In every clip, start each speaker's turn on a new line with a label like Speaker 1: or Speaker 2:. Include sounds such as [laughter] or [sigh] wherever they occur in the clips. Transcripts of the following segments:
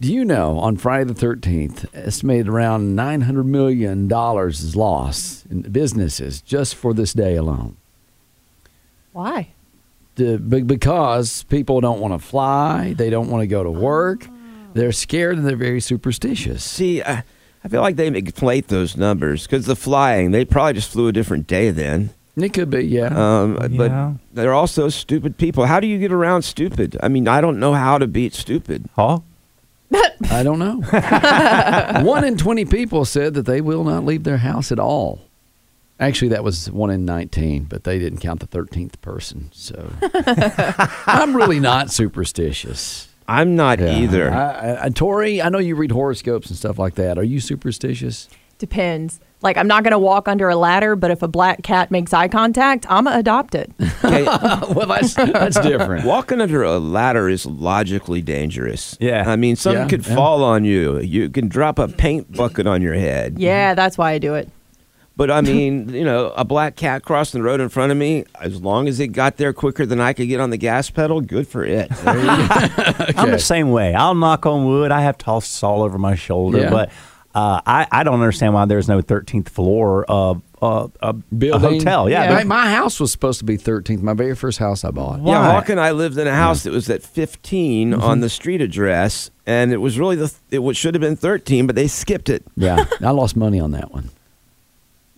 Speaker 1: Do you know on Friday the 13th, estimated around $900 million is lost in businesses just for this day alone?
Speaker 2: Why?
Speaker 1: The- be- because people don't want to fly, they don't want to go to work, they're scared, and they're very superstitious.
Speaker 3: See, I, I feel like they inflate those numbers because the flying, they probably just flew a different day then.
Speaker 1: It could be, yeah.
Speaker 3: Um,
Speaker 4: Yeah.
Speaker 3: But they're also stupid people. How do you get around stupid? I mean, I don't know how to beat stupid.
Speaker 4: Huh?
Speaker 1: I don't know. one in 20 people said that they will not leave their house at all. Actually, that was one in 19, but they didn't count the 13th person. So I'm really not superstitious.
Speaker 3: I'm not either.
Speaker 1: I, I, I, Tori, I know you read horoscopes and stuff like that. Are you
Speaker 4: [laughs]
Speaker 1: superstitious?
Speaker 2: Depends. Like, I'm not going to walk under a ladder, but if a black cat makes eye contact, I'm going to adopt [laughs] it.
Speaker 3: Okay,
Speaker 1: well, that's, that's [laughs] different.
Speaker 3: walking under a ladder is logically dangerous.
Speaker 4: Yeah.
Speaker 3: I mean, something
Speaker 1: Yeah,
Speaker 3: could
Speaker 1: yeah.
Speaker 3: fall on you. You can drop a paint bucket on your head.
Speaker 2: Yeah, that's why I do it.
Speaker 3: But I mean, you know, a black cat crossing the road in front of me, as long as it got there quicker than I could get on the gas pedal, good for it. There you go.
Speaker 4: I'm the same way. I'll knock on wood. I have tosses all over my shoulder,
Speaker 1: Yeah.
Speaker 4: but uh, I, I don't understand why there's no 13th floor of uh, a, a
Speaker 1: Building.
Speaker 4: hotel. Yeah.
Speaker 1: My, my house was supposed to be 13th, my very first house I bought.
Speaker 3: Yeah,
Speaker 4: Why?
Speaker 3: Hawk and I lived in a house that was at 15 on the street address, and it was really the it was, should have been 13, but they skipped it.
Speaker 1: Yeah, I lost money on that one.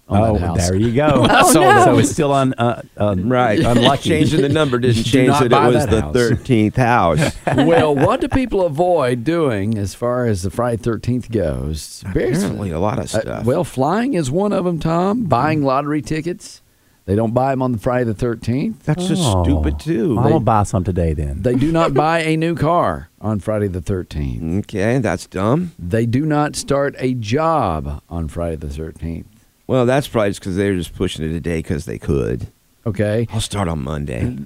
Speaker 1: On
Speaker 4: Oh,
Speaker 1: that house.
Speaker 4: there you go.
Speaker 1: I sold it.
Speaker 4: So it's still on. Uh, uh,
Speaker 3: [laughs] Right,
Speaker 4: [laughs] Unlucky.
Speaker 3: Changing the number didn't
Speaker 4: [laughs]
Speaker 1: Do
Speaker 3: change
Speaker 1: not
Speaker 3: that it
Speaker 1: buy
Speaker 3: was
Speaker 1: that
Speaker 3: the
Speaker 1: house.
Speaker 3: 13th house.
Speaker 1: well, what do people avoid doing as far as the Friday Thirteenth goes?
Speaker 3: Apparently, a lot of
Speaker 1: Uh,
Speaker 3: stuff.
Speaker 1: well, flying is one of them. Tom buying lottery tickets. They don't buy them on the Friday the Thirteenth.
Speaker 3: that's just stupid too.
Speaker 4: Oh. I'm gonna buy some today then.
Speaker 1: They do not buy a new car on Friday the Thirteenth.
Speaker 3: okay, that's dumb.
Speaker 1: They do not start a job on Friday the Thirteenth.
Speaker 3: Well, that's probably just because they were just pushing it a day because they could.
Speaker 1: Okay.
Speaker 3: I'll start on Monday.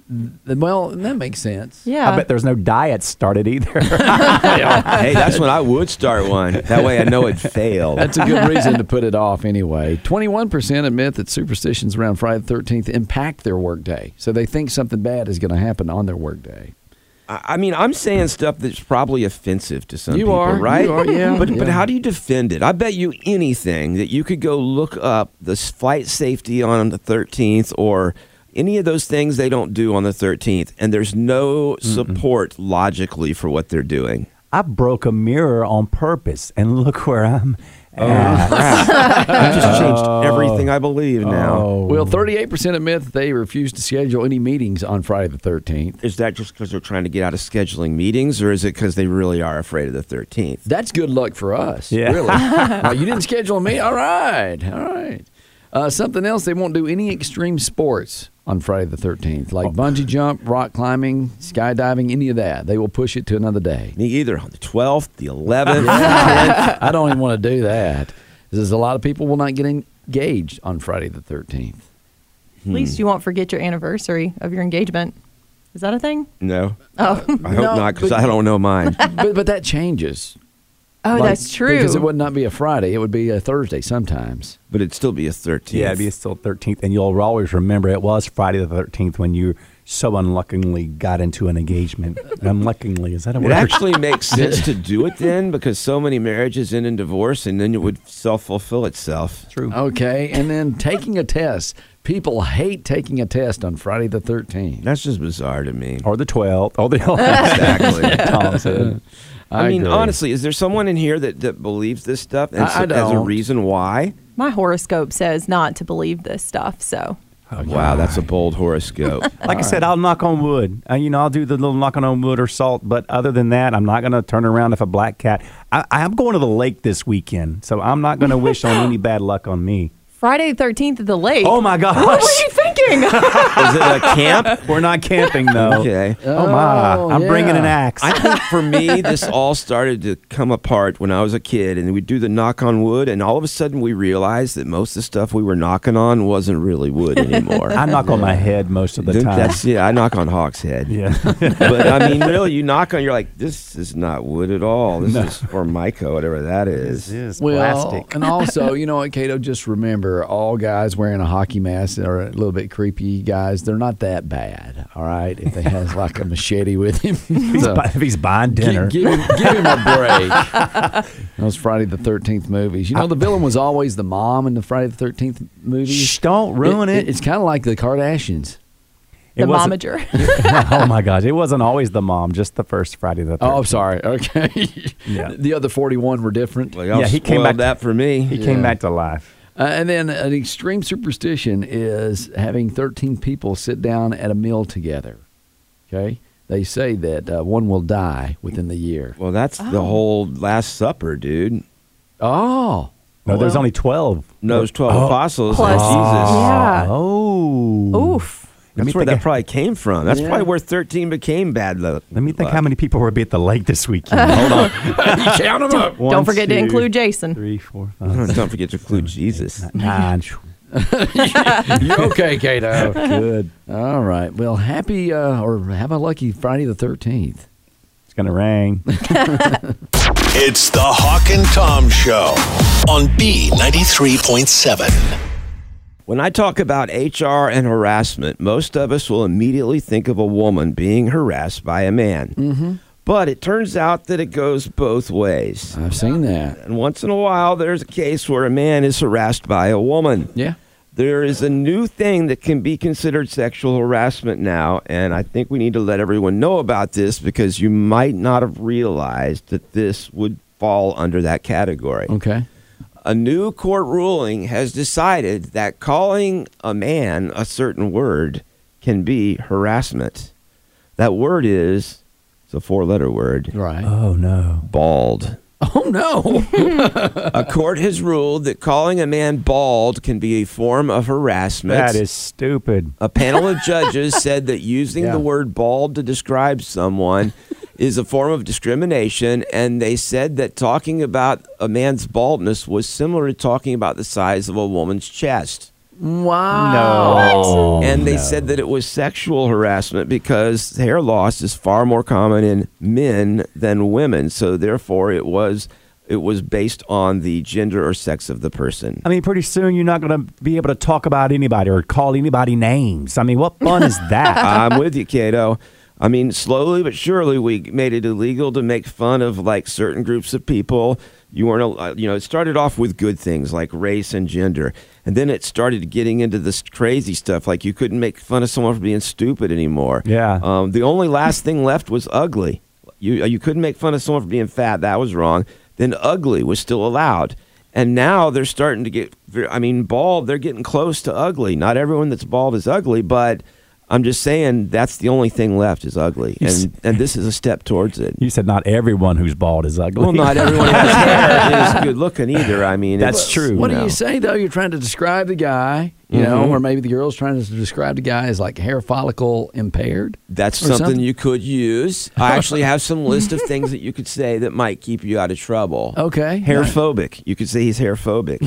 Speaker 1: Well, that makes sense.
Speaker 2: Yeah.
Speaker 4: I bet there's no diet started either.
Speaker 3: hey, that's when I would start one. That way, I know it failed.
Speaker 1: That's a good reason to put it off anyway. 21% admit that superstitions around Friday the 13th impact their workday. So they think something bad is going to happen on their workday.
Speaker 3: I I mean, I'm saying stuff that's probably offensive to some
Speaker 1: You
Speaker 3: people,
Speaker 1: are,
Speaker 3: right?
Speaker 1: you are, yeah,
Speaker 3: But but
Speaker 1: yeah.
Speaker 3: how do you defend it? I bet you anything that you could go look up the s- flight safety on the 13th or any of those things they don't do on the 13th, and there's no support logically for what they're doing.
Speaker 4: I broke a mirror on purpose, and look where I'm.
Speaker 3: Crap.
Speaker 4: at.
Speaker 3: I've just changed everything I believe now.
Speaker 4: Oh.
Speaker 1: Well, 38% admit that they refuse to schedule any meetings on Friday the 13th.
Speaker 3: Is that just because they're trying to get out of scheduling meetings, or is it because they really are afraid of the 13th?
Speaker 1: That's good luck for us, [laughs]
Speaker 4: Yeah.
Speaker 1: really. Uh, you didn't schedule me? All right, all right. Uh, something else, they won't do any extreme sports on Friday the 13th, like bungee jump, rock climbing, skydiving, any of that. They will push it to another day.
Speaker 3: Me either on the 12th, the 11th.
Speaker 1: [laughs] I don't even want to do that. Because a lot of people will not get engaged on Friday the 13th.
Speaker 2: At least you won't forget your anniversary of your engagement. Is that a thing?
Speaker 3: No.
Speaker 2: Oh.
Speaker 3: I hope not, because I don't know mine.
Speaker 1: But, but that changes.
Speaker 2: Oh, that's true.
Speaker 1: Because it would not be a Friday; it would be a Thursday sometimes.
Speaker 3: but it'd still be a 13th.
Speaker 4: Yeah, it'd be still 13th. And you'll always remember it was Friday the 13th when you so unluckily got into
Speaker 3: [laughs]
Speaker 4: an engagement. unluckily, is that a
Speaker 3: It
Speaker 4: word?
Speaker 3: actually makes sense to do it then because so many marriages end in divorce and then it would self fulfill itself.
Speaker 4: true.
Speaker 1: Okay, and then taking a test. People hate taking a test on Friday the thirteenth.
Speaker 3: That's just bizarre to me.
Speaker 4: Or the 12th. Or
Speaker 3: [laughs]
Speaker 4: the
Speaker 3: Exactly.
Speaker 4: [laughs] Tom said.
Speaker 3: I, mean,
Speaker 1: agree.
Speaker 3: honestly, is there someone in here that, that believes this stuff and
Speaker 1: I- I
Speaker 3: so- as a
Speaker 1: don't.
Speaker 3: reason why?
Speaker 2: My horoscope says not to believe this stuff, so
Speaker 3: Wow, that's a bold horoscope.
Speaker 4: Like I said, I'll knock on wood. Uh, you know, I'll do the little knocking on wood or salt. But other than that, I'm not going to turn around if a black cat. I, I'm going to the lake this weekend, so I'm not going to wish on any bad luck on
Speaker 3: [laughs]
Speaker 4: me.
Speaker 2: Friday the 13th at the lake.
Speaker 4: Oh my gosh!
Speaker 2: What were you
Speaker 3: [laughs]
Speaker 2: thinking?
Speaker 3: Is it a
Speaker 4: [laughs]
Speaker 3: camp?
Speaker 4: We're not camping though.
Speaker 3: Okay.
Speaker 4: Oh my!
Speaker 1: Oh,
Speaker 4: I'm bringing an
Speaker 1: yeah.
Speaker 4: axe.
Speaker 3: I think for me, this all started to come apart when I was a kid, and we'd do the knock on wood, and all of a sudden we realized that most of the stuff we were knocking on wasn't really
Speaker 4: [laughs]
Speaker 3: wood anymore.
Speaker 4: I knock on my head most of the
Speaker 3: Then
Speaker 4: time.
Speaker 3: That's yeah. I knock on Hawk's head. [laughs]
Speaker 4: yeah.
Speaker 3: But I mean, really, you knock on, you're like, this is not wood at all. This is formica, whatever that is.
Speaker 4: is
Speaker 1: Well, and also, you know what, Cato? Just remember, all guys wearing a hockey mask are a little bit creepy guys. They're not that bad, all right? If they has like a machete with him, So,
Speaker 4: if [laughs] he's buying
Speaker 1: gi-
Speaker 4: dinner,
Speaker 1: give, him, give him a break. Those Friday the Thirteenth movies. You know, the villain was always the mom in the Friday the Thirteenth movies.
Speaker 4: Shh, don't ruin it.
Speaker 1: It's kind of like the Kardashians.
Speaker 2: the
Speaker 4: wasn't-
Speaker 2: momager. [laughs]
Speaker 4: [laughs] oh my gosh! It wasn't always the mom. Just the first Friday the. 13th.
Speaker 1: Oh, I'm sorry. [laughs] Okay,
Speaker 4: Yeah.
Speaker 1: the other forty-one were different.
Speaker 3: Like, y'all
Speaker 4: Yeah, he came
Speaker 3: spoiled
Speaker 4: back to-
Speaker 3: that for
Speaker 4: He
Speaker 3: me.
Speaker 4: came
Speaker 1: Yeah.
Speaker 4: back to life.
Speaker 1: Uh, and then an extreme superstition is having 13 people sit down at a meal together. Okay? They say that uh, one will die within the year.
Speaker 3: Well, that's
Speaker 4: Oh.
Speaker 3: the whole Last Supper, dude.
Speaker 1: Oh.
Speaker 4: No, there's only twelve.
Speaker 3: No, it's twelve apostles
Speaker 2: Plus-
Speaker 3: and Jesus.
Speaker 2: Yeah.
Speaker 4: Oh.
Speaker 2: Oof.
Speaker 4: Let me
Speaker 3: That's where
Speaker 4: think
Speaker 3: that
Speaker 4: I-
Speaker 3: probably came from. That's
Speaker 1: Yeah.
Speaker 3: probably where thirteen became bad luck.
Speaker 4: Let me think how many people were be at the lake this weekend. Hold on.
Speaker 1: Count them up.
Speaker 4: One,
Speaker 2: Don't forget to
Speaker 4: two,
Speaker 2: include Jason.
Speaker 4: Three, four,
Speaker 3: [laughs]
Speaker 4: five,
Speaker 3: Don't forget to include Jesus.
Speaker 4: six, nine.
Speaker 1: You're [laughs] okay, Kato.
Speaker 4: Good.
Speaker 1: All right. Well, happy uh, or have a lucky Friday the 13th.
Speaker 4: It's gonna rain.
Speaker 5: It's the Hawk and Tom Show on B93.7.
Speaker 3: When I talk about HR and harassment, most of us will immediately think of a woman being harassed by a man. Mm-hmm. But it turns out that it goes both ways.
Speaker 1: I've seen that.
Speaker 3: And once in a while, there's a case where a man is harassed by a woman.
Speaker 1: Yeah.
Speaker 3: There is a new thing that can be considered sexual harassment now, and I think we need to let everyone know about this because you might not have realized that this would fall under that category.
Speaker 1: Okay.
Speaker 3: A new court ruling has decided that calling a man a certain word can be harassment. That word is, it's a four letter word,
Speaker 1: Right.
Speaker 4: Oh no.
Speaker 3: bald.
Speaker 1: oh, no.
Speaker 3: [laughs] A court has ruled that calling a man bald can be a form of harassment.
Speaker 4: That is stupid.
Speaker 3: A panel of judges said that using
Speaker 1: Yeah.
Speaker 3: the word bald to describe someone is a form of discrimination, and they said that talking about a man's baldness was similar to talking about the size of a woman's chest.
Speaker 4: Oh, No.
Speaker 3: and they said that it was sexual harassment because hair loss is far more common in men than women, so therefore it was it was based on the gender or sex of the person.
Speaker 4: I mean, pretty soon you're not going to be able to talk about anybody or call anybody names. I mean, what fun is
Speaker 3: [laughs]
Speaker 4: that?
Speaker 3: I'm with you, Cato. I mean, slowly but surely, we made it illegal to make fun of like certain groups of people. You weren't, al- uh, you know, it started off with good things like race and gender, and then it started getting into this crazy stuff. Like you couldn't make fun of someone for being stupid anymore.
Speaker 4: Yeah.
Speaker 3: Um, the only last thing left was ugly. You uh, you couldn't make fun of someone for being fat. That was wrong. Then ugly was still allowed. And now they're starting to get. ver- I mean, bald. They're getting close to ugly. Not everyone that's bald is ugly, but I'm just saying that's the only thing left is ugly.
Speaker 4: You s-
Speaker 3: And and this is a step towards it.
Speaker 4: you said not everyone who's bald is ugly.
Speaker 3: Well, not
Speaker 4: [laughs]
Speaker 3: everyone has hair is good looking either. I mean,
Speaker 4: That's
Speaker 3: it's-
Speaker 4: true.
Speaker 1: What
Speaker 3: know. Mm-hmm.
Speaker 1: do you say though? You're trying to describe the guy, you know, or maybe the girl's trying to describe the guy as like hair follicle impaired.
Speaker 3: That's
Speaker 1: or
Speaker 3: something, you [laughs] could use.
Speaker 1: [laughs]
Speaker 3: I actually have some list of things that you could say that might keep you out of trouble.
Speaker 1: Okay.
Speaker 3: Hair phobic. You could say he's
Speaker 1: [laughs]
Speaker 3: hair phobic.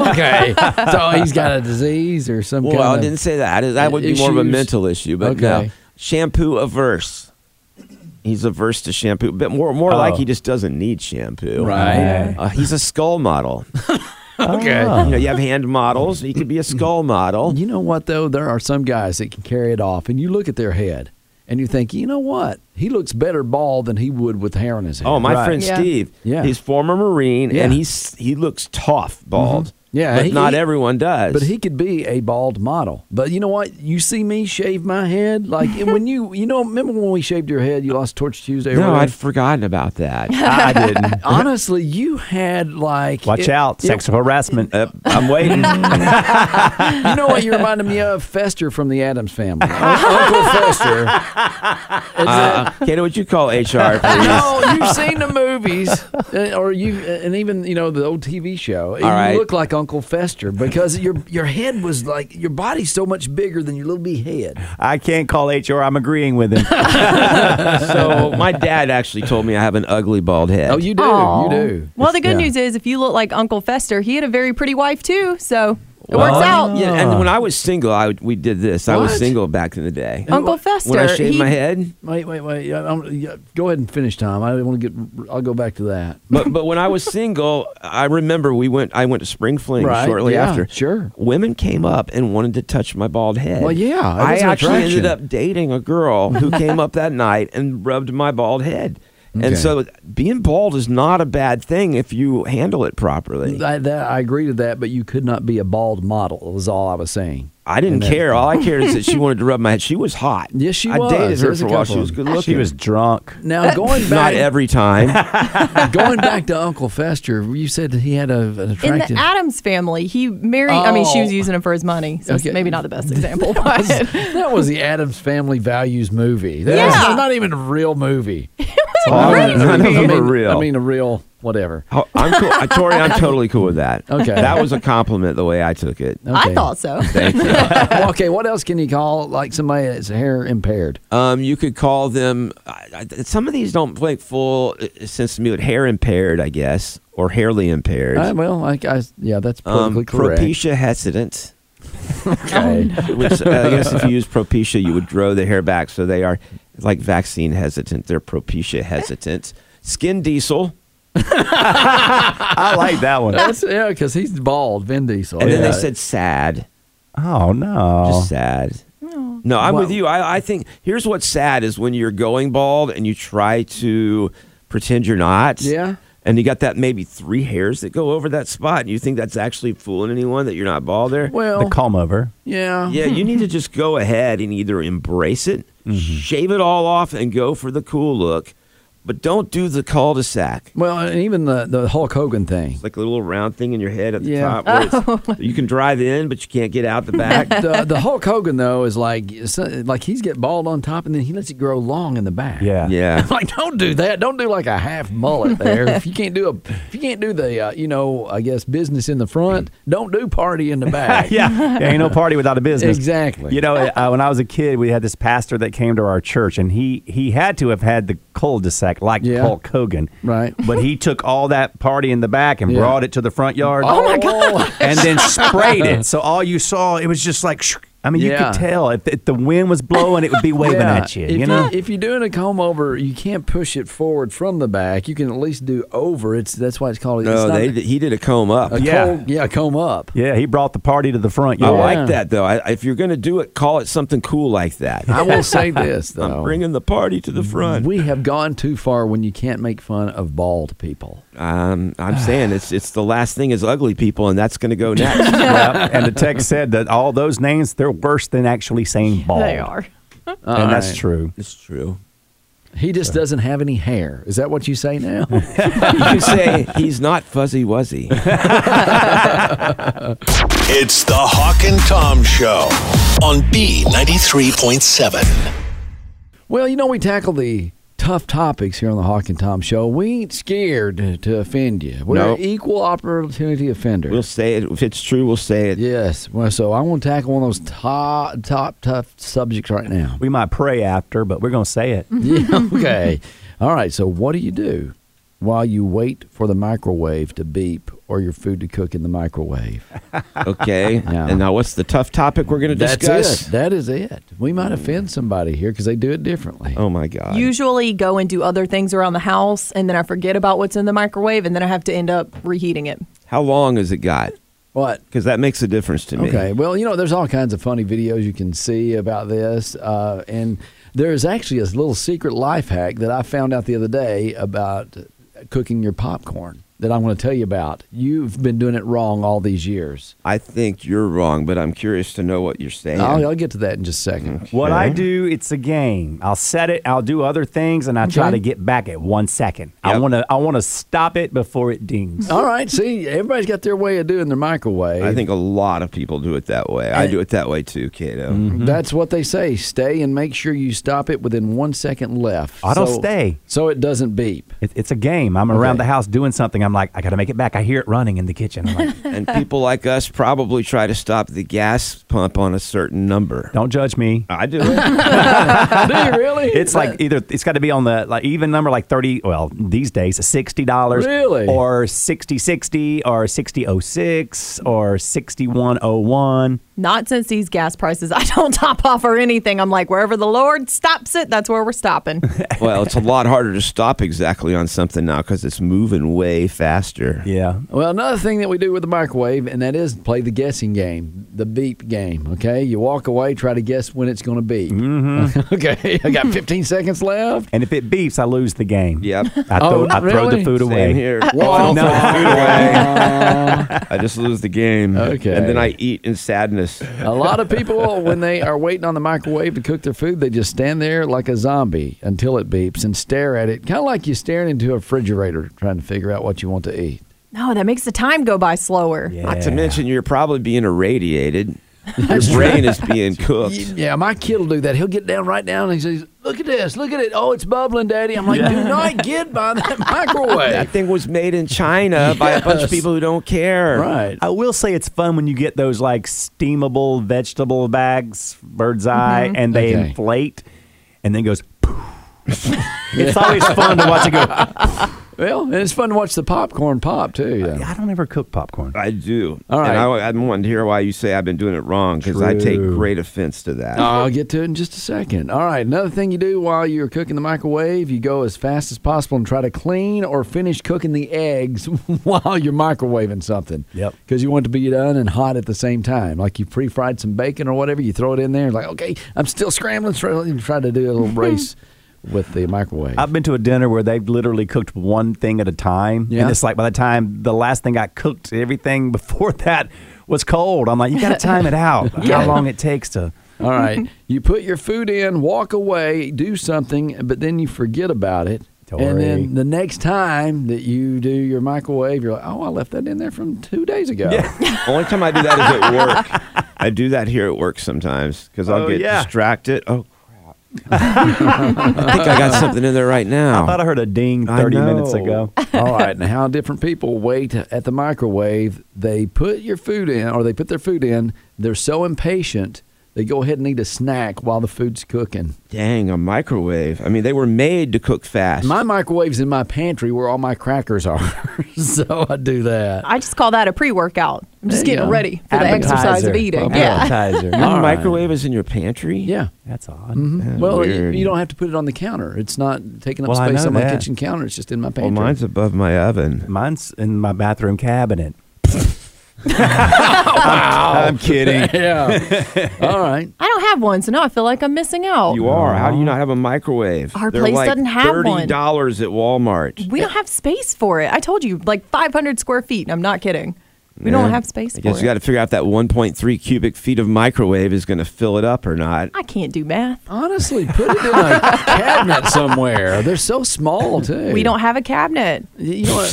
Speaker 1: okay. so oh, he's got a disease or some
Speaker 3: well,
Speaker 1: kind
Speaker 3: I
Speaker 1: of.
Speaker 3: didn't say that. That would be more of a
Speaker 1: Issues.
Speaker 3: mental issue, but no.
Speaker 1: Okay.
Speaker 3: Shampoo averse. he's averse to shampoo, but more more like he just doesn't need shampoo.
Speaker 1: Oh. Right.
Speaker 3: Uh, he's a skull model.
Speaker 1: Okay.
Speaker 3: You know, you have hand models. He could be a
Speaker 1: [laughs]
Speaker 3: skull model.
Speaker 1: You know what though? There are some guys that can carry it off, and you look at their head, and you think, you know what? He looks better bald than he would with hair on his head.
Speaker 3: Oh, my
Speaker 4: Right.
Speaker 3: friend
Speaker 2: Yeah.
Speaker 3: Steve.
Speaker 1: Yeah.
Speaker 3: He's former Marine,
Speaker 1: Yeah. Mm-hmm.
Speaker 3: and he's he looks tough bald.
Speaker 1: Yeah,
Speaker 3: but
Speaker 1: he-
Speaker 3: not
Speaker 1: he-
Speaker 3: everyone does.
Speaker 1: But he could be a bald model. But you know what? You see me shave my head, like and when you you know remember when we shaved your head? You lost Torch Tuesday. or
Speaker 3: no,
Speaker 1: whatever?
Speaker 3: I'd forgotten about that.
Speaker 4: I didn't.
Speaker 1: honestly, you had like
Speaker 4: Watch
Speaker 1: it-
Speaker 4: out,
Speaker 1: it-
Speaker 4: sexual
Speaker 3: [laughs]
Speaker 4: harassment.
Speaker 3: Uh, I'm [laughs] waiting.
Speaker 1: You know what? You reminded me of Fester from the Adams Family. Uncle Fester.
Speaker 3: uh, Kato, what you call HR, please?
Speaker 1: No, you've seen the movies, uh, or you, and even you know the old TV show. you
Speaker 3: right.
Speaker 1: look like Uncle Fester because your your head was like your body's so much bigger than your little bee head.
Speaker 4: I can't call HR. I'm agreeing
Speaker 3: [laughs]
Speaker 4: with him.
Speaker 3: [laughs] so my dad actually told me I have an ugly bald head.
Speaker 1: Oh, you do,
Speaker 2: Aw.
Speaker 1: you do.
Speaker 2: Well, the good
Speaker 4: Yeah.
Speaker 2: news is if you look like Uncle Fester, he had a very pretty wife too, so it
Speaker 3: Well,
Speaker 2: works out.
Speaker 3: Yeah, and when I was single, I would- we did this. I was
Speaker 1: What?
Speaker 3: single back in the day.
Speaker 2: Uncle Fester.
Speaker 3: when I shaved
Speaker 2: he-
Speaker 3: my head,
Speaker 1: Wait, wait, wait. I don't, yeah, go ahead and finish, Tom. I want to get. I'll go back to that.
Speaker 3: but but when
Speaker 1: [laughs]
Speaker 3: I was single, I remember we went. I went to spring fling
Speaker 1: Right,
Speaker 3: shortly
Speaker 1: yeah,
Speaker 3: after.
Speaker 1: sure.
Speaker 3: women came up and wanted to touch my bald head.
Speaker 1: Well, yeah, that
Speaker 3: I
Speaker 1: was an
Speaker 3: actually ended
Speaker 1: attraction.
Speaker 3: up dating a girl who came up that night and rubbed my bald head.
Speaker 1: Okay.
Speaker 3: And so being bald is not a bad thing if you handle it properly.
Speaker 1: I, that, I agree to that, but you could not be a bald model. Is all I was saying.
Speaker 3: I didn't care. All I cared is
Speaker 1: [laughs]
Speaker 3: that she wanted to rub my head. She was hot.
Speaker 1: Yes, she
Speaker 3: I
Speaker 1: was.
Speaker 3: dated her
Speaker 1: There's
Speaker 3: for
Speaker 1: a
Speaker 3: a while.
Speaker 1: couple
Speaker 3: She was
Speaker 1: of
Speaker 3: good looking.
Speaker 4: she was drunk.
Speaker 1: Now going
Speaker 3: not
Speaker 1: back, [laughs]
Speaker 3: every time.
Speaker 1: going back
Speaker 2: [laughs]
Speaker 1: to Uncle Fester. You said that he had a, an attractive.
Speaker 2: in the Adams family, he married. I mean, she was
Speaker 1: Oh.
Speaker 2: using him for his money, so it's
Speaker 1: Okay.
Speaker 2: maybe not
Speaker 1: [laughs]
Speaker 2: the best example.
Speaker 1: That was- [laughs]
Speaker 2: But
Speaker 1: that was the Adams Family Values movie. That
Speaker 2: Yeah.
Speaker 1: was not even a real
Speaker 2: [laughs]
Speaker 1: movie.
Speaker 3: None of
Speaker 1: I
Speaker 3: them are
Speaker 1: mean,
Speaker 3: real.
Speaker 1: I mean, a real whatever.
Speaker 3: Oh, I'm cool. I, Tori, I'm totally cool with that.
Speaker 1: Okay.
Speaker 3: That was a compliment the way I took it.
Speaker 1: Okay.
Speaker 2: I
Speaker 1: [laughs]
Speaker 2: thought so.
Speaker 3: Thank you.
Speaker 1: Well, okay, what else can you call like somebody that's hair impaired?
Speaker 3: Um, you could call them. I, I, some of these don't make full uh, sense to me. But hair impaired, I guess, or hairly impaired.
Speaker 1: Uh, well, like I, yeah, that's
Speaker 3: um,
Speaker 1: perfectly correct.
Speaker 3: Propecia hesitant.
Speaker 2: Oh,
Speaker 1: Okay.
Speaker 3: Which uh, I guess if you use propecia, you would grow the hair back. So they are like vaccine hesitant. They're propecia hesitant. Skin diesel.
Speaker 4: I like that
Speaker 1: [laughs]
Speaker 4: one.
Speaker 1: That's yeah, because he's bald, Vin Diesel.
Speaker 3: And then
Speaker 1: Oh, Yeah.
Speaker 3: they said sad.
Speaker 4: Oh no.
Speaker 3: Just sad. No, I'm with you. I, I think here's what's sad is when you're going bald and you try to pretend you're not.
Speaker 1: Yeah.
Speaker 3: And you got that maybe three hairs that go over that spot, and you think that's actually fooling anyone that you're not bald there.
Speaker 4: the
Speaker 1: well,
Speaker 4: comb over.
Speaker 1: yeah,
Speaker 3: Yeah,
Speaker 1: [laughs]
Speaker 3: you need to just go ahead and either embrace it,
Speaker 1: Mm-hmm.
Speaker 3: shave it all off, and go for the cool look, but don't do the cul-de-sac.
Speaker 1: Well, and even the the Hulk Hogan thing.
Speaker 3: It's like a little round thing in your head at the
Speaker 1: Yeah.
Speaker 3: top. Where it's, you can drive in, but you can't get out
Speaker 1: [laughs]
Speaker 3: the back.
Speaker 1: The, the Hulk Hogan though is like it's, uh, like he's get bald on top and then he lets it grow long in the back.
Speaker 4: Yeah.
Speaker 3: yeah.
Speaker 1: [laughs] like don't do that don't do like a half mullet there if you can't do a if you can't do the uh, you know i guess business in the front don't do party
Speaker 4: [laughs]
Speaker 1: in the back
Speaker 4: yeah, there ain't no party without a business.
Speaker 1: Exactly.
Speaker 4: You know, uh, when I was a kid, we had this pastor that came to our church, and he he had to have had the cul-de-sac like
Speaker 1: Yeah.
Speaker 4: Hulk Hogan,
Speaker 1: Right.
Speaker 4: But he took all that party in the back and
Speaker 1: Yeah. Oh,
Speaker 4: brought it to the front yard.
Speaker 1: god
Speaker 4: [laughs] And then
Speaker 1: [laughs]
Speaker 4: sprayed it, so all you saw it was just like. Shh. I mean,
Speaker 1: Yeah.
Speaker 4: you could tell if, if the wind was blowing, it would be waving at you.
Speaker 1: if
Speaker 4: You know,
Speaker 1: if you're doing a comb over, you can't push it forward from the back. You can at least do over. It's that's why it's called. it's
Speaker 3: No,
Speaker 1: not
Speaker 3: they, he did a comb up.
Speaker 1: a
Speaker 4: Yeah.
Speaker 1: comb- yeah, comb up.
Speaker 4: yeah, he brought the party to the front
Speaker 3: I
Speaker 4: yard.
Speaker 3: like that though. I, if you're going to do it, call it something cool like that.
Speaker 1: I will
Speaker 4: [laughs]
Speaker 1: say this
Speaker 3: I'm
Speaker 1: though,
Speaker 3: bringing the party to the front.
Speaker 1: we have gone too far when you can't make fun of bald people.
Speaker 3: um, I'm saying it's it's the last thing is ugly people, and that's going
Speaker 1: [laughs]
Speaker 3: to go next.
Speaker 4: Yep. And the text said that all those names they're worse than
Speaker 1: [laughs]
Speaker 4: actually saying bald.
Speaker 2: They are.
Speaker 4: and
Speaker 1: All
Speaker 4: that's
Speaker 1: right.
Speaker 4: true.
Speaker 3: it's true.
Speaker 1: He just doesn't have any hair. Is that what you say now?
Speaker 3: [laughs] You can say he's not fuzzy wuzzy.
Speaker 5: It's the Hawk and Tom Show on B93.7.
Speaker 1: Well, you know, we tackle the tough topics here on the Hawk and Tom Show. We ain't scared to offend you. We're
Speaker 3: Nope.
Speaker 1: equal opportunity offenders.
Speaker 3: We'll say it if it's true. We'll say it.
Speaker 1: yes. Well, so I want to tackle one of those top, top, tough subjects right
Speaker 3: [laughs]
Speaker 1: now. Mm-hmm.
Speaker 4: We might pray after, but we're going to say it.
Speaker 1: yeah, okay. All right. So, what do you do while you wait for the microwave to beep or your food to cook in the microwave.
Speaker 3: Okay.
Speaker 1: Yeah.
Speaker 3: And now, what's the tough topic we're going to
Speaker 1: That's
Speaker 3: discuss?
Speaker 1: it. That is it. We might offend somebody here because they do it differently.
Speaker 3: Oh my God!
Speaker 2: Usually go and do other things around the house, and then I forget about what's in the microwave, and then I have to end up reheating it.
Speaker 3: How long has it got?
Speaker 1: What?
Speaker 3: Because that makes a difference to me.
Speaker 1: Okay. Well, you know, there's all kinds of funny videos you can see about this. Uh, and there is actually a little secret life hack that I found out the other day about cooking your popcorn that I'm going to tell you about. You've been doing it wrong all these years.
Speaker 3: I think you're wrong, but I'm curious to know what you're saying.
Speaker 1: I'll, I'll get to that in just a second.
Speaker 3: Mm-hmm.
Speaker 4: What I do, it's a game. I'll set it. I'll do other things, and I try
Speaker 1: Okay.
Speaker 4: to get back at one second. I
Speaker 3: Yep.
Speaker 4: want to. I want to stop it before it dings.
Speaker 1: All right. See, everybody's got their way of doing their microwave.
Speaker 3: I think a lot of people do it that way. I
Speaker 1: And- Mm-hmm.
Speaker 3: do it that way too, Kato.
Speaker 1: That's what they say. Stay and make sure you stop it within one second left.
Speaker 4: Auto stay.
Speaker 1: So it doesn't beep.
Speaker 4: It, it's a game. I'm around
Speaker 1: Okay.
Speaker 4: the house doing something. I'm like, I got to make it back. I hear it running in the kitchen. I'm like, [laughs]
Speaker 3: And people like us probably try to stop the gas pump on a certain number.
Speaker 4: don't judge me.
Speaker 3: I do it.
Speaker 1: do you really?
Speaker 4: It's like either it's got to be on the like even number like 30 well these days sixty dollars
Speaker 1: Really?
Speaker 4: or sixty sixty or sixty oh six or sixty one oh one
Speaker 2: Not since these gas prices, [laughs] I don't top off or anything. I'm like, wherever the Lord stops it, that's where we're
Speaker 1: [laughs]
Speaker 2: stopping.
Speaker 3: [laughs] well, it's a lot harder to stop exactly on something now because it's moving way faster.
Speaker 4: yeah
Speaker 1: Well, another thing that we do with the microwave, and that is play the guessing game, the beep game. Okay, you walk away, try to guess when it's going to beep. Mm-hmm. [laughs] okay, I got 15 seconds left.
Speaker 4: and if it beeps I lose the game
Speaker 3: Yep.
Speaker 4: I throw
Speaker 1: Oh,
Speaker 4: I throw the
Speaker 1: really?
Speaker 4: food away
Speaker 3: Same here.
Speaker 1: Well,
Speaker 3: No, food away.
Speaker 1: Uh,
Speaker 3: I just lose the game.
Speaker 1: Okay.
Speaker 3: And then I eat in sadness.
Speaker 1: a lot of people, when they are waiting on the microwave to cook their food, they just stand there like a zombie until it beeps and stare at it, kind of like you're staring into a refrigerator trying to figure out what you want to eat.
Speaker 2: no, that makes the time go by slower.
Speaker 4: Yeah.
Speaker 3: Not to mention, you're probably being irradiated. Your brain is being
Speaker 1: [laughs]
Speaker 3: cooked.
Speaker 1: Yeah, my kid will do that. He'll get down right down and he says, "Look at this! Look at it! Oh, it's bubbling, Daddy!" I'm like, "Do not get by that [laughs] microwave."
Speaker 3: That thing was made in China by a bunch of people who don't care.
Speaker 1: Right.
Speaker 4: I will say it's fun when you get those like steamable vegetable bags, bird's eye, and they
Speaker 1: Okay.
Speaker 4: inflate and then goes poof. it's always fun to watch it go.
Speaker 1: Well, and it's fun to watch the popcorn pop too. Yeah.
Speaker 4: I don't ever cook popcorn.
Speaker 3: I do.
Speaker 1: All right.
Speaker 3: And I, I'm wanting to hear why you say I've been doing it wrong because I take
Speaker 1: True.
Speaker 3: great offense to that.
Speaker 1: I'll get to it in just a second. All right, another thing you do while you're cooking the microwave, you go as fast as possible and try to clean or finish cooking the eggs [laughs] while you're microwaving something.
Speaker 4: Yep.
Speaker 1: Because you want it to be done and hot at the same time. Like you pre-fried some bacon or whatever, you throw it in there. and Like, okay, I'm still scrambling. [laughs] Try try to do a little race with the microwave.
Speaker 4: I've been to a dinner where they've literally cooked one thing at a time.
Speaker 1: Yeah.
Speaker 4: And it's like by the time the last thing I cooked, everything [laughs] before that was cold. I'm like, you got to time it out.
Speaker 1: Yeah.
Speaker 4: How long it takes to.
Speaker 1: All right.
Speaker 4: [laughs]
Speaker 1: you put your food in, walk away, do something, but then you forget about it.
Speaker 4: Don't
Speaker 1: and
Speaker 4: worry.
Speaker 1: then the next time that you do your microwave, you're like, oh, I left that in there from two days ago.
Speaker 3: [laughs] Only time I do that is at work. I do that here at work sometimes because I'll
Speaker 4: Oh,
Speaker 3: get
Speaker 4: yeah.
Speaker 3: distracted. Oh, crap. I think [laughs] I got something in there right now.
Speaker 4: I thought I heard a ding
Speaker 3: Oh. I
Speaker 4: 30 minutes
Speaker 3: know.
Speaker 4: ago.
Speaker 1: [laughs] All right. And how different people wait at the microwave. They put your food in, or they put their food in. They're so impatient, they go ahead and eat a snack while the food's cooking.
Speaker 3: Dang, a microwave. I mean, they were made to cook fast.
Speaker 1: My microwave's in my pantry where all my crackers are. [laughs] so I do that.
Speaker 2: I just call that a pre workout. I'm just
Speaker 1: There you
Speaker 2: getting
Speaker 1: go.
Speaker 2: ready for the exercise of eating. Yeah.
Speaker 4: Appetizer.
Speaker 3: Your
Speaker 1: All right.
Speaker 3: microwave is in your pantry?
Speaker 1: Yeah.
Speaker 4: That's odd.
Speaker 1: Well, you,
Speaker 3: Weird.
Speaker 1: you don't have to put it on the counter. It's not taking up
Speaker 4: Well, I
Speaker 1: space
Speaker 4: know
Speaker 1: on my
Speaker 4: that.
Speaker 1: kitchen counter. It's just in my
Speaker 3: Well,
Speaker 1: pantry.
Speaker 3: mine's above my oven.
Speaker 4: Mine's in my bathroom cabinet.
Speaker 3: Oh. [laughs]
Speaker 4: I'm, I'm kidding.
Speaker 1: [laughs] yeah.
Speaker 4: [laughs]
Speaker 1: All right.
Speaker 2: I don't have one, so now I feel like I'm missing out.
Speaker 3: You are. How do you not have a microwave?
Speaker 2: Our
Speaker 3: They're
Speaker 2: place
Speaker 3: like
Speaker 2: doesn't have
Speaker 3: $30
Speaker 2: one.
Speaker 3: at Walmart.
Speaker 2: we don't have space for it. I told you, like 500 square feet. and I'm not kidding. We
Speaker 3: Yeah.
Speaker 2: don't have space
Speaker 3: I
Speaker 2: for
Speaker 3: guess
Speaker 2: it.
Speaker 3: you got to figure out if that 1.3 cubic feet of microwave is going to fill it up or not.
Speaker 2: I can't do math.
Speaker 1: Honestly, put it in a cabinet somewhere. They're so small too.
Speaker 2: [laughs] We don't have
Speaker 3: [laughs]
Speaker 2: a cabinet.
Speaker 1: You know what?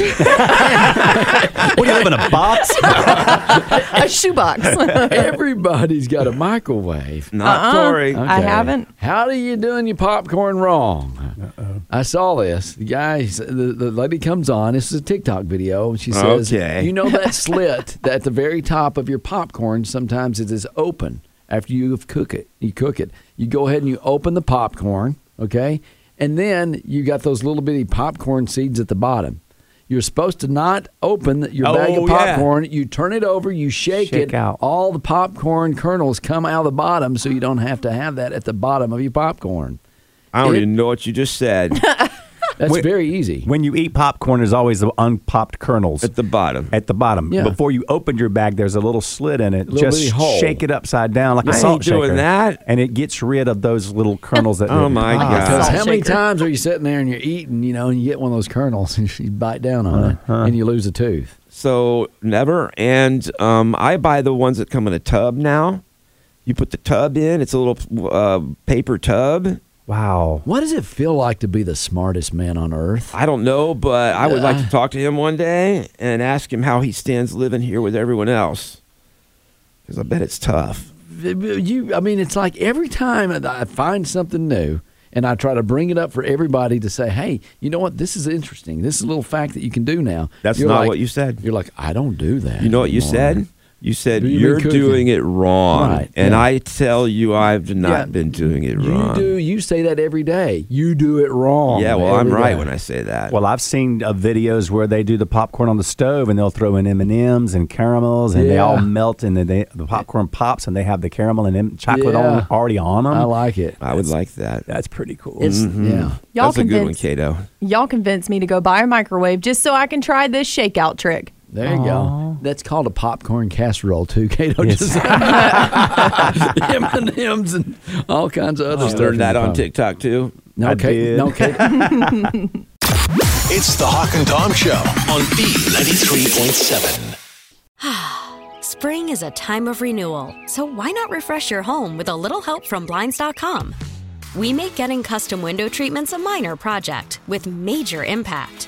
Speaker 4: What do you live in a
Speaker 3: [laughs]
Speaker 4: box?
Speaker 2: a shoebox. [laughs]
Speaker 1: Everybody's got a microwave.
Speaker 3: Not sorry.
Speaker 2: I
Speaker 1: Okay.
Speaker 2: haven't.
Speaker 1: How do you doing your popcorn wrong? I saw this. The guy, the, the lady comes on. This is a TikTok video. and She says,
Speaker 3: Okay.
Speaker 1: "You know
Speaker 4: [laughs]
Speaker 1: that slit that at the very top of your popcorn sometimes it is open after you have cook it. You cook it. You go ahead and you open the popcorn. Okay." And then you got those little bitty popcorn seeds at the bottom. You're supposed to not open your bag
Speaker 4: Oh,
Speaker 1: of
Speaker 4: yeah.
Speaker 1: popcorn. You turn it over, you shake,
Speaker 4: Shake
Speaker 1: it.
Speaker 4: out.
Speaker 1: All the popcorn kernels come out of the bottom, so you don't have to have that at the bottom of your popcorn.
Speaker 3: I don't
Speaker 1: It-
Speaker 3: even know what you just said
Speaker 1: [laughs] That's
Speaker 4: Wait.
Speaker 1: very easy.
Speaker 4: When you eat popcorn, there's always the unpopped kernels
Speaker 3: at the bottom.
Speaker 4: at the bottom.
Speaker 1: Yeah.
Speaker 4: Before you open your bag, there's a little slit in it.
Speaker 1: Little bitty
Speaker 4: Just
Speaker 1: hole.
Speaker 4: shake it upside down like
Speaker 3: I
Speaker 4: a
Speaker 3: ain't
Speaker 4: salt shaker.
Speaker 3: doing that.
Speaker 4: And it gets rid of those little kernels that.
Speaker 3: [laughs] Oh, my
Speaker 4: Ah.
Speaker 3: God.
Speaker 1: Because
Speaker 2: Salt
Speaker 1: how many
Speaker 2: shaker.
Speaker 1: times are you sitting there and you're eating, you know, and you get one of those kernels [laughs] and you bite down on
Speaker 3: Uh-huh.
Speaker 1: it and you lose a tooth?
Speaker 3: So never. And um, I buy the ones that come in a tub now. You put the tub in. It's a little uh, paper tub.
Speaker 4: Wow.
Speaker 1: What does it feel like to be the smartest man on earth?
Speaker 3: I don't know, but I would
Speaker 1: Uh-uh.
Speaker 3: like to talk to him one day and ask him how he stands living here with everyone else. Because I bet it's tough.
Speaker 1: You, I mean, it's like every time that I find something new and I try to bring it up for everybody to say, hey, you know what? This is interesting. This is a little fact that you can do now.
Speaker 3: That's
Speaker 1: You're
Speaker 3: not
Speaker 1: like-
Speaker 3: what you said.
Speaker 1: You're like, I don't do that.
Speaker 3: You know what you
Speaker 1: anymore."
Speaker 3: said? You said
Speaker 1: Do you mean
Speaker 3: you are
Speaker 1: cooking?
Speaker 3: doing it wrong.
Speaker 1: Right,
Speaker 3: And
Speaker 1: yeah.
Speaker 3: I tell you, I've not
Speaker 1: Yeah,
Speaker 3: been doing it
Speaker 1: You
Speaker 3: wrong.
Speaker 1: do. You say that every day. You do it wrong. Oh,
Speaker 3: yeah, well, I'm
Speaker 1: every
Speaker 3: right
Speaker 1: day.
Speaker 3: when I say that.
Speaker 4: Well, I've seen uh, videos where they do the popcorn on the stove and they'll throw in M and M's and caramels and they
Speaker 1: Yeah.
Speaker 4: all melt and then they, the popcorn pops and they have the caramel and M- chocolate
Speaker 1: Yeah.
Speaker 4: on, already on them.
Speaker 1: I like it.
Speaker 3: I would like that. Mm,
Speaker 4: That's pretty cool.
Speaker 1: It's
Speaker 3: Mm-hmm.
Speaker 1: yeah.
Speaker 2: Y'all
Speaker 3: That's a good one,
Speaker 2: convinced,
Speaker 3: Kato.
Speaker 2: y'all convinced me to go buy a microwave just so I can try this shakeout trick.
Speaker 1: There you go. That's called a popcorn casserole too. Cato
Speaker 3: [laughs]
Speaker 4: Yes.
Speaker 1: just M and M's and all kinds of other
Speaker 3: Just
Speaker 1: stuff.
Speaker 3: learned Oh, that on TikTok, too.
Speaker 1: No,
Speaker 4: I
Speaker 1: Kate,
Speaker 4: did.
Speaker 1: no, Kate.
Speaker 5: It's the Hawk and Tom Show on B93.7.
Speaker 6: Spring is a time of renewal, so why not refresh your home with a little help from Blinds.com? We make getting custom window treatments a minor project with major impact.